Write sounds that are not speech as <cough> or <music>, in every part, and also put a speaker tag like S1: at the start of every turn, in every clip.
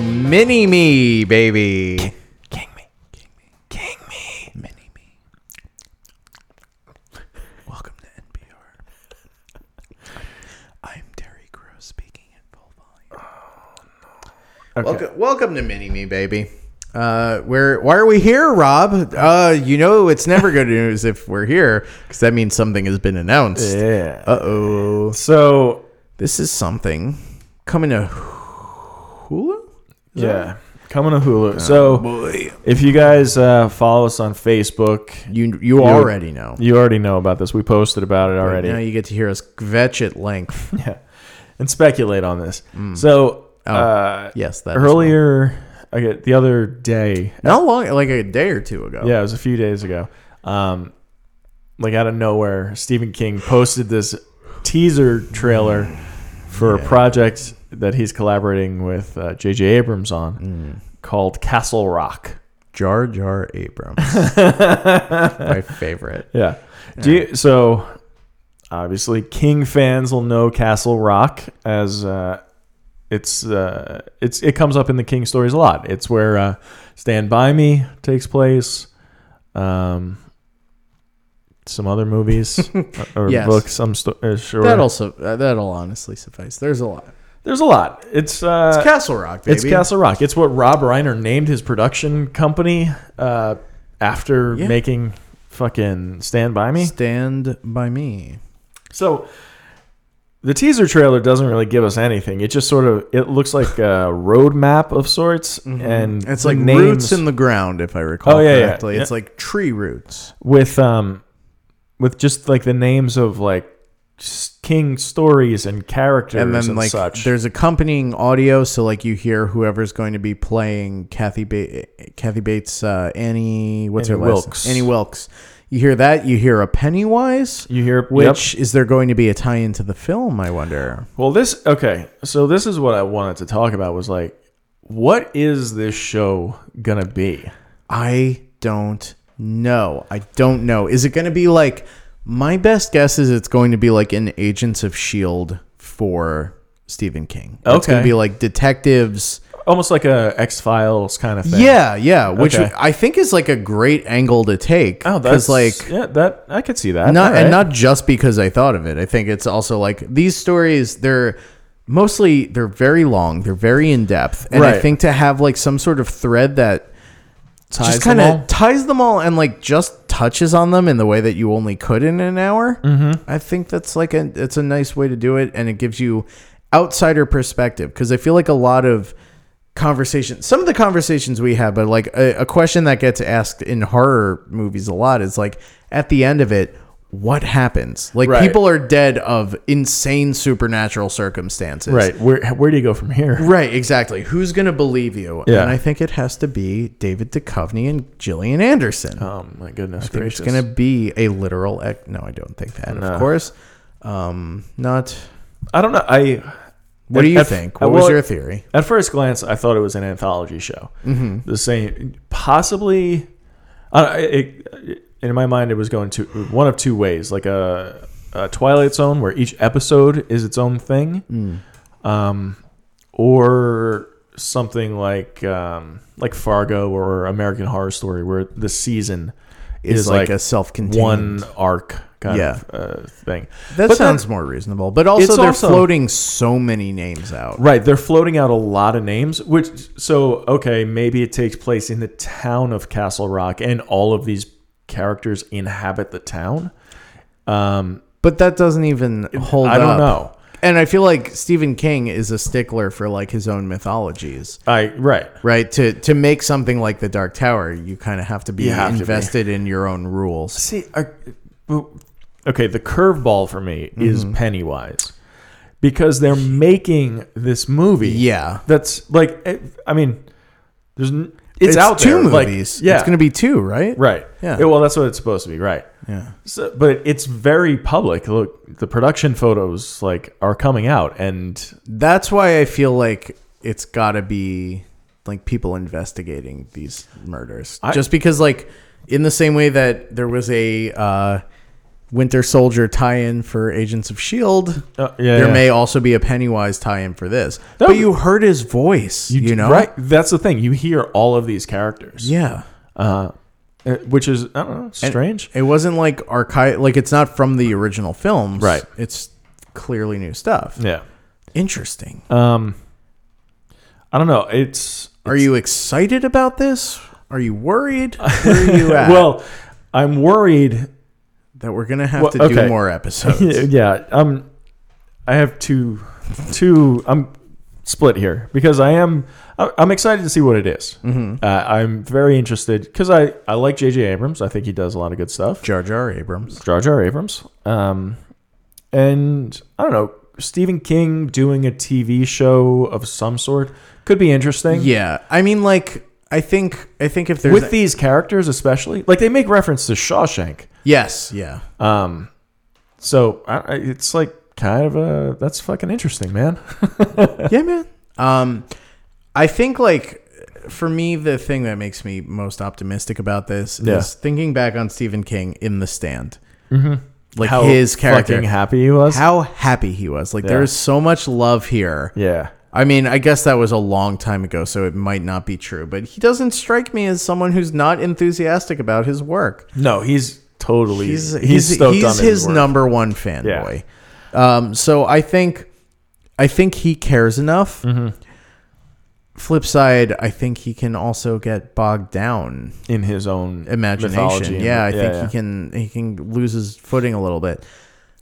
S1: Mini me, baby.
S2: King me. King me. King me. Mini me. Welcome to NPR. I'm Terry Crew speaking at full volume.
S1: Welcome, welcome to Mini Me, baby. Uh, where why are we here, Rob? Uh, you know it's never good news if we're here because that means something has been announced.
S2: Yeah.
S1: Uh oh,
S2: So,
S1: this is something coming to Hulu.
S2: yeah. Coming to
S1: Oh,
S2: Hulu. So, if you guys uh, follow us on Facebook,
S1: You you already know.
S2: you already know about this. We posted about it already.
S1: Now you get to hear us vetch at length.
S2: <laughs> yeah. And speculate on this.
S1: Mm.
S2: So,
S1: Oh.
S2: uh,
S1: Yes, that is
S2: earlier, I get the other day,
S1: not long, like a day or two ago.
S2: Yeah, it was a few days ago. Um, like out of nowhere, Stephen King posted this teaser trailer for a project that he's collaborating with uh, J.J. Abrams on called Castle Rock.
S1: Jar Jar
S2: <laughs>
S1: Abrams, my favorite.
S2: Yeah. Do you, so obviously King fans will know Castle Rock as uh, it's uh, it's it comes up in the King stories a lot. It's where uh, Stand by Me takes place. Um, some
S1: <laughs>
S2: other movies uh, or
S1: Yes.
S2: books. I'm sto- uh, sure
S1: That'll su- uh, that'll honestly suffice. There's a lot.
S2: there's a lot. It's uh, it's,
S1: Castle Rock, baby.
S2: Castle Rock. It's what Rob Reiner named his production company uh, after
S1: Yeah.
S2: making fucking Stand by Me.
S1: Stand by me.
S2: So the teaser trailer doesn't really give us anything. It just sort of it looks like a roadmap of sorts, and
S1: Mm-hmm. It's
S2: the
S1: like
S2: names
S1: roots in the ground, if I recall
S2: Oh, yeah, yeah.
S1: correctly. It's
S2: Yeah.
S1: like tree roots.
S2: with um with just like the names of like s- king stories and characters
S1: And
S2: and,
S1: then like
S2: such.
S1: there's accompanying audio, so like you hear whoever's going to be playing Kathy ba- Kathy Bates, uh, Annie what's
S2: Annie
S1: her last
S2: Wilkes.
S1: Annie Wilkes. You hear that, you hear a Pennywise.
S2: You hear
S1: Which is there going to be a tie into the film, I wonder?
S2: Well, this okay. So this is what I wanted to talk about was like, what is this show gonna be?
S1: I don't know. I don't know. Is it going to be like my best guess is it's going to be like an Agents of Shield E for Stephen King. It's going to
S2: Okay.
S1: be like detectives.
S2: Almost like a X Files kind of thing.
S1: Yeah, yeah, which
S2: Okay.
S1: I think is like a great angle to take.
S2: Oh,
S1: 'cause,
S2: that's
S1: like
S2: like yeah. That I could see that.
S1: not
S2: All right.
S1: and not just because I thought of it. I think it's also like these stories they're mostly they're very long, they're very in depth. And I
S2: Right.
S1: think to have like some sort of thread that
S2: Ties
S1: just
S2: them
S1: kind of
S2: all?
S1: ties them all and like just touches on them in the way that you only could in an hour. Mm-hmm. I think that's like a it's a nice way to do it, and it gives you outsider perspective because I feel like a lot of conversation, some of the conversations we have, but like a, a question that gets asked in horror movies a lot is like at the end of it. What happens? Like
S2: Right.
S1: people are dead of insane supernatural circumstances.
S2: right. Where where do you go from here?
S1: Right, exactly. Who's going to believe you?
S2: Yeah.
S1: And I think it has to be David Duchovny and Gillian Anderson.
S2: Oh my goodness
S1: it's
S2: gracious!
S1: going to be a literal. Ec- no, I don't think that,
S2: No.
S1: of course. Um, not.
S2: I don't know. I.
S1: What do you
S2: at-
S1: think?
S2: uh,
S1: What was
S2: well,
S1: your theory?
S2: At first glance, I thought it was an anthology show. Mm-hmm. The same, possibly. I it, it- in my mind, it was going to one of two ways, like a, a Twilight Zone, where each episode is its own thing,
S1: Mm.
S2: um, or something like um, like Fargo or American Horror Story, where the season
S1: Is
S2: is,
S1: like
S2: like,
S1: a self-contained-
S2: one arc kind
S1: Yeah.
S2: of uh, thing.
S1: That
S2: But
S1: sounds more reasonable. But also,
S2: It's
S1: they're
S2: also-
S1: floating so many names out.
S2: Right, they're floating out a lot of names, which so okay, maybe it takes place in the town of Castle Rock and all of these characters inhabit the town. Um
S1: But that doesn't even hold
S2: I
S1: up.
S2: don't know.
S1: And I feel like Stephen King is a stickler for like his own mythologies.
S2: I right.
S1: right to to make something like the dark tower you kind of have to be
S2: You have to be.
S1: invested in your own rules
S2: See, I, but- okay, the curveball for me is Pennywise because they're making this movie.
S1: yeah
S2: That's like it- I mean, there's n- it's, out
S1: two
S2: there, like,
S1: movies
S2: yeah.
S1: it's gonna be two right
S2: Right.
S1: Yeah.
S2: well, that's what it's supposed to be. Right.
S1: yeah
S2: So, but it's very public. Look, the production photos like are coming out, and
S1: that's why i feel like it's gotta be like people investigating these murders
S2: I-
S1: just because like in the same way that there was a uh Winter Soldier tie-in for Agents of Shield.
S2: Uh, yeah,
S1: E there
S2: yeah.
S1: may also be a Pennywise tie-in for this.
S2: That
S1: but
S2: would-
S1: you heard his voice, you, know?
S2: right? That's the thing. You hear all of these characters,
S1: Yeah.
S2: uh, uh, which is I don't know, strange.
S1: It wasn't like archive like it's not from the original films.
S2: Right.
S1: It's clearly new stuff.
S2: yeah.
S1: Interesting.
S2: Um, I don't know. It's
S1: Are you excited about this? Are you
S2: <laughs>
S1: worried? Where are you at?
S2: well. I'm
S1: <laughs>
S2: worried.
S1: that we're gonna have
S2: well,
S1: to do
S2: okay.
S1: more episodes.
S2: <laughs> yeah. Um, I have two, two. I'm split here because I am. I- I'm excited to see what it is.
S1: Mm-hmm.
S2: Uh, I'm very interested because I I like J.J. Abrams. I think he does a lot of good stuff.
S1: Jar Jar Abrams.
S2: Jar Jar Abrams. Um, and I don't know, Stephen King doing a TV show of some sort could be interesting.
S1: Yeah. I mean like I think I think if there's
S2: With these characters, especially, like they make reference to Shawshank.
S1: Yes, yeah.
S2: Um, so I, I- it's like kind of a that's fucking interesting, man. Uh,
S1: yeah, man. Um, I think like for me, the thing that makes me most optimistic about this
S2: Yeah.
S1: is thinking back on Stephen King in The Stand, mm-hmm. like
S2: How
S1: his character,
S2: fucking happy he was.
S1: how happy he was. Like there
S2: Yeah.
S1: is so much love here.
S2: yeah,
S1: I mean, I guess that was a long time ago, so it might not be true. But he doesn't strike me as someone who's not enthusiastic about his work.
S2: no, he's totally
S1: He's
S2: he's
S1: he's he's,
S2: stoked on
S1: his,
S2: work.
S1: number one fanboy. Um, so I think I think he cares enough.
S2: Mm-hmm.
S1: Flip side, I think he can also get bogged down
S2: in his own mythology
S1: imagination.
S2: and-
S1: Yeah, I think
S2: yeah.
S1: he can he can lose his footing a little bit.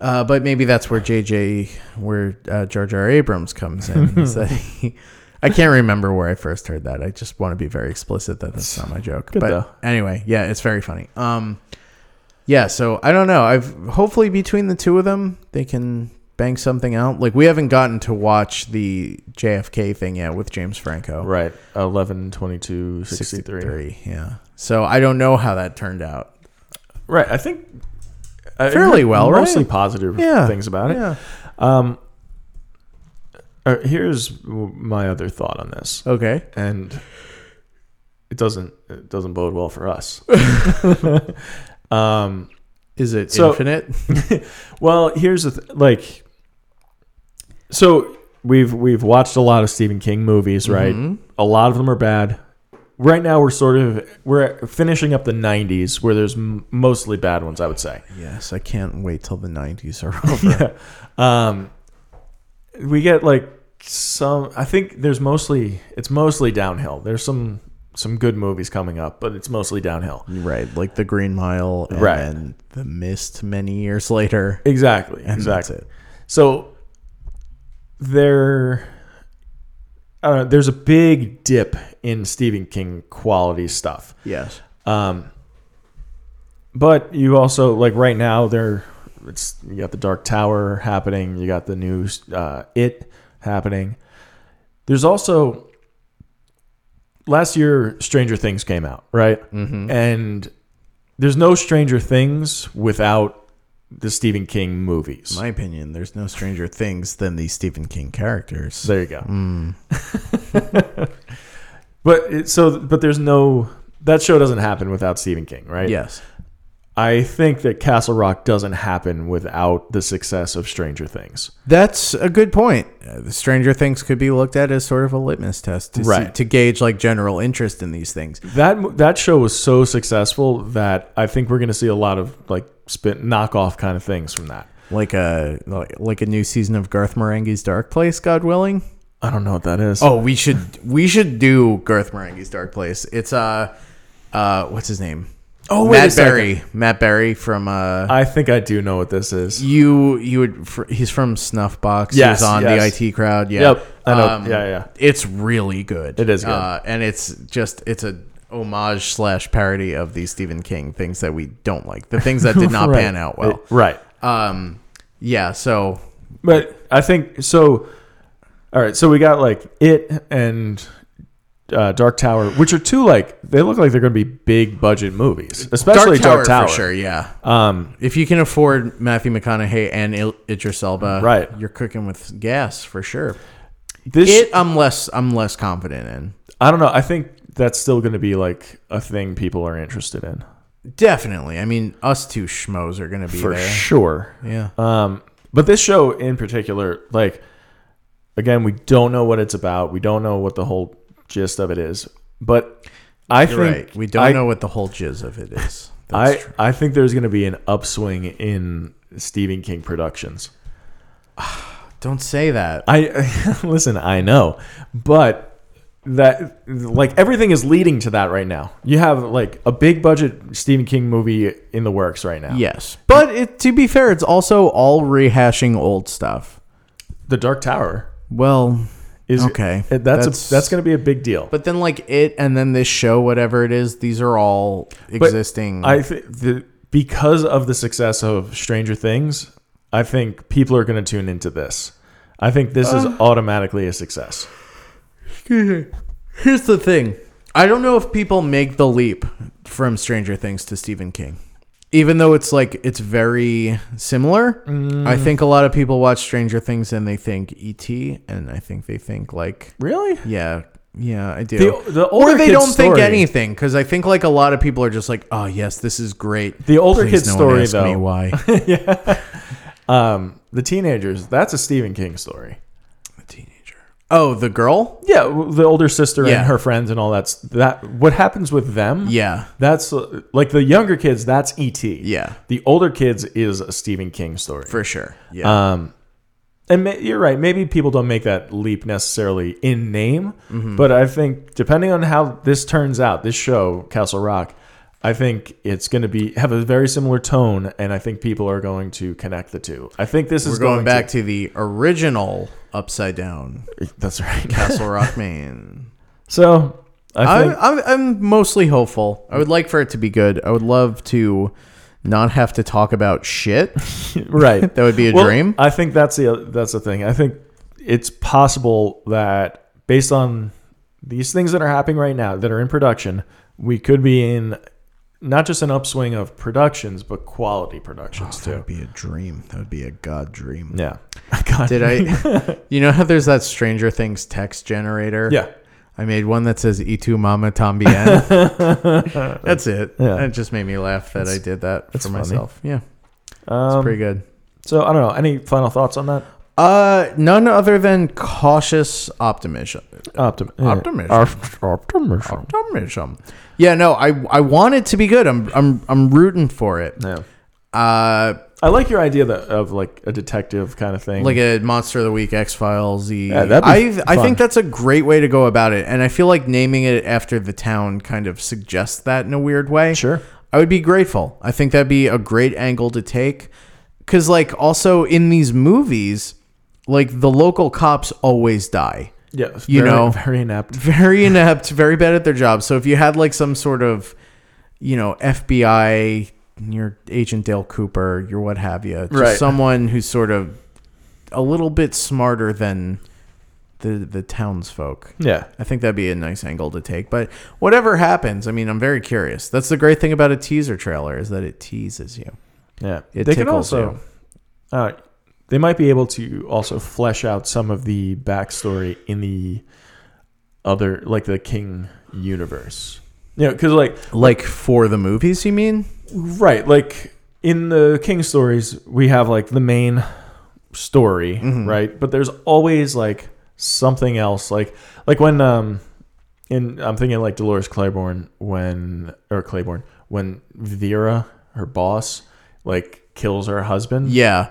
S1: Uh, but maybe that's where JJ, where uh, Jar Jar Abrams comes in. is
S2: <laughs>
S1: that he- I can't remember where I first heard that. I just want to be very explicit that that's not my joke.
S2: Good
S1: but
S2: though.
S1: anyway, yeah, it's very funny. Um, yeah, so I don't know. I've hopefully between the two of them, they can bang something out. Like we haven't gotten to watch the JFK thing yet with James Franco.
S2: Right, 11, 22, 63.
S1: yeah. So I don't know how that turned out.
S2: Right. I think uh, I
S1: Fairly
S2: heard
S1: well, right?
S2: mostly positive
S1: Yeah.
S2: things about it.
S1: Yeah.
S2: Um, uh, here's w- my other thought on this,
S1: Okay.
S2: and it doesn't it doesn't bode well for us. <laughs> um,
S1: Is it
S2: So-
S1: infinite?
S2: <laughs> well, here's the th- like, so we've we've watched a lot of Stephen King movies, right?
S1: Mhm.
S2: A lot of them are bad. Right now, we're sort of we're finishing up the '90s, where there's m- mostly bad ones, I would say.
S1: Yes, I can't wait till the 90s are <laughs> over.
S2: yeah. Um, we get like some. I think there's mostly it's mostly downhill. There's some some good movies coming up, but it's mostly downhill.
S1: right, like the Green Mile and
S2: Right.
S1: then the Mist many years later.
S2: Exactly.
S1: And that's
S2: exactly. So there, I don't know. There's a big dip in Stephen King quality stuff.
S1: it. Yes.
S2: Um, but you also like right now there, it's you got the Dark Tower happening. You got the new uh, It happening. There's also last year Stranger Things came out, right? Mm-hmm. And there's no Stranger Things without the Stephen King movies.
S1: In my opinion, there's no stranger things than these Stephen King characters.
S2: There you go. <laughs> but it, so but there's no that show doesn't happen without Stephen King, right?
S1: Yes.
S2: I think that Castle Rock doesn't happen without the success of Stranger Things.
S1: That's a good point. Uh, the Stranger Things could be looked at as sort of a litmus test to, see-
S2: Right.
S1: to gauge like general interest in these things.
S2: That that show was so successful that I think we're going to see a lot of like spin knockoff kind of things from that.
S1: Like a like, like a new season of Garth Marenghi's Dark Place, God willing.
S2: I don't know what that is.
S1: Oh, we should we should do Garth Marenghi's Dark Place. It's uh uh what's his name?
S2: Oh, wait a
S1: Matt
S2: second.
S1: Berry. Matt Berry from uh
S2: I think I do know what this is.
S1: you you would fr- he's from Snuffbox.
S2: Yes,
S1: he's on
S2: yes.
S1: the IT crowd. Yeah. Um,
S2: Yep, I know. Yeah, yeah.
S1: It's really good.
S2: It is good.
S1: Uh, and it's just it's a homage slash parody of the Stephen King things that we don't like. The things
S2: <laughs>
S1: that did not
S2: Right.
S1: pan out well.
S2: right.
S1: Um yeah, so
S2: But I think so. All right, so we got like it and uh, Dark Tower, which are two like they look like they're going to be big budget movies, especially Dark Tower.
S1: for sure, yeah.
S2: Um,
S1: If you can afford Matthew McConaughey and Il- Idris Elba,
S2: Right.
S1: you're cooking with gas for sure.
S2: this
S1: It, I'm less, I'm less confident in.
S2: I don't know. I think that's still going to be like a thing people are interested in.
S1: Definitely. I mean, us two schmoes are gonna be
S2: for
S1: there.
S2: sure.
S1: Yeah.
S2: Um, but this show in particular, like, again, we don't know what it's about. We don't know what the whole gist of it is. But I
S1: You're
S2: think
S1: right. We don't
S2: I,
S1: know what the whole jizz of it <laughs> is. That's
S2: I, I think there's going to be an upswing in Stephen King productions.
S1: Don't say that.
S2: I <laughs> listen, I know, but that like everything is leading to that right now. You have like a big budget Stephen King movie in the works right now.
S1: yes, but it, to be fair, it's also all rehashing old stuff.
S2: The Dark Tower
S1: Well,
S2: is
S1: Okay.
S2: That's
S1: That's-
S2: that's, that's going to be a big deal.
S1: but then like it, and then this show, whatever it is, these are all existing.
S2: I think the because of the success of Stranger Things, I think people are going to tune into this. I think this is automatically a success.
S1: Here's the thing. I don't know if people make the leap from Stranger Things to Stephen King. Even though it's like it's very similar, I think a lot of people watch Stranger Things and they think ET and I think they think like
S2: Really?
S1: yeah, yeah, I do.
S2: The- the
S1: or
S2: older
S1: they
S2: kid's
S1: don't think
S2: story-
S1: anything cuz I think like a lot of people are just like, "Oh, yes, this is great."
S2: The older
S1: Please,
S2: kid's
S1: no one
S2: story
S1: ask
S2: though.
S1: me
S2: <laughs>
S1: why.
S2: Um, the teenagers, that's a Stephen King story.
S1: A teenager. Oh, the girl?
S2: Yeah, w- the older sister
S1: Yeah.
S2: and her friends and all that's that what happens with them?
S1: Yeah.
S2: That's uh, like the younger kids, that's ET.
S1: Yeah.
S2: The older kids is a Stephen King story.
S1: For sure. Yeah.
S2: Um, and ma- you're right. Maybe people don't make that leap necessarily in name,
S1: Mm-hmm.
S2: but I think depending on how this turns out, this show Castle Rock, I think it's going to be have a very similar tone, and I think people are going to connect the two. I think this
S1: We're
S2: is
S1: going,
S2: going
S1: back to the original upside down
S2: To, <laughs> that's right.
S1: Castle
S2: <laughs>
S1: Rock, Maine.
S2: So I
S1: I'm,
S2: think
S1: I'm, I'm mostly hopeful. I would like for it to be good. I would love to not have to talk about shit. <laughs>
S2: right.
S1: That would be a
S2: <laughs> Well,
S1: dream.
S2: I think that's the that's the thing. I think it's possible that based on these things that are happening right now that are in production, we could be in not just an upswing of productions, but quality productions
S1: That
S2: too.
S1: would be a dream. That would be a god dream.
S2: Yeah. <laughs> God.
S1: Did
S2: <laughs>
S1: I? <laughs> You know how there's that Stranger Things text generator?
S2: Yeah.
S1: I made one that says "Itu Mama
S2: <laughs>
S1: Tambien." That's it.
S2: Yeah.
S1: It just made me laugh that I did that for
S2: funny.
S1: myself. Yeah, it's
S2: Um,
S1: pretty good.
S2: so I don't know. Any final thoughts on that?
S1: Uh, none other than cautious optimism.
S2: Optim-
S1: Optimism.
S2: Optimism.
S1: Optimism. Yeah, no, I I want it to be good. I'm I'm I'm rooting for it.
S2: Yeah.
S1: Uh,
S2: I like your idea that, of like a detective kind of thing.
S1: like a Monster of the Week, X Files.
S2: Yeah, that'd be
S1: I I
S2: fun.
S1: think that's a great way to go about it, and I feel like naming it after the town kind of suggests that in a weird way.
S2: Sure.
S1: I would be grateful. I think that'd be a great angle to take, because like also in these movies, like the local cops always die.
S2: yeah,
S1: you
S2: very-
S1: know.
S2: <laughs> very inept.
S1: very inept, very bad at their job. So if you had like some sort of, you know, FBI, your agent Dale Cooper, your what have you, just
S2: Right.
S1: someone who's sort of a little bit smarter than the the townsfolk.
S2: Yeah.
S1: I think that'd be a nice angle to take. But whatever happens, I mean, I'm very curious. That's the great thing about a teaser trailer is that it teases you.
S2: Yeah,
S1: It
S2: they could
S1: tickles
S2: also. Uh, they might be able to also flesh out some of the backstory in the other, like the King universe. You know, because like
S1: Like for the movies, you mean?
S2: right, like in the King stories, we have like the main story,
S1: Mm-hmm.
S2: right? But there's always like something else, like like when um, in I'm thinking like Dolores Claiborne when or Claiborne when Vera, her boss, like kills her husband.
S1: Yeah.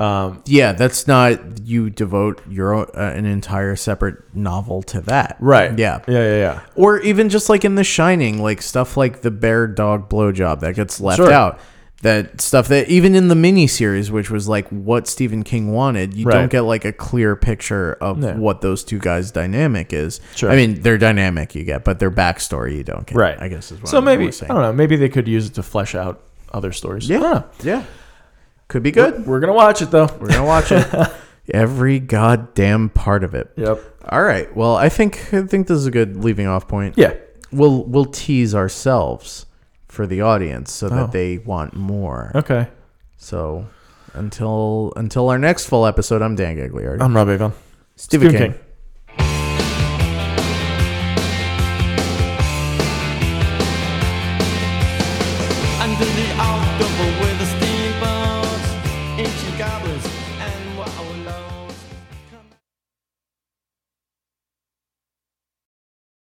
S2: Um,
S1: Yeah, that's not you devote your own, uh, an entire separate novel to that.
S2: right.
S1: Yeah.
S2: Yeah. Yeah. Yeah.
S1: Or even just like in The Shining, like stuff like the bear dog blowjob that gets left
S2: Sure.
S1: out. That stuff that even in the miniseries, which was like what Stephen King wanted, you don't
S2: Right.
S1: get like a clear picture of
S2: No.
S1: what those two guys' dynamic is.
S2: Sure.
S1: I mean, their dynamic you get, but their backstory you don't get.
S2: Right.
S1: I guess is what
S2: So
S1: I'm
S2: maybe I
S1: always saying.
S2: don't know. Maybe they could use it to flesh out other stories.
S1: Yeah.
S2: I don't know.
S1: Yeah. Could be good.
S2: We're gonna watch it though.
S1: We're gonna watch it.
S2: <laughs>
S1: Every goddamn part of it.
S2: Yep.
S1: All right. Well, I think I think this is a good leaving off point.
S2: Yeah.
S1: We'll we'll tease ourselves for the audience so that
S2: Oh.
S1: they want more.
S2: Okay.
S1: So until until our next full episode, I'm Dan Gagliardi.
S2: I'm Rob Avon.
S1: Stephen
S2: Um, Stephen
S1: King.
S2: King.
S3: I into the October with the steamboats, ancient goblins, and wallows.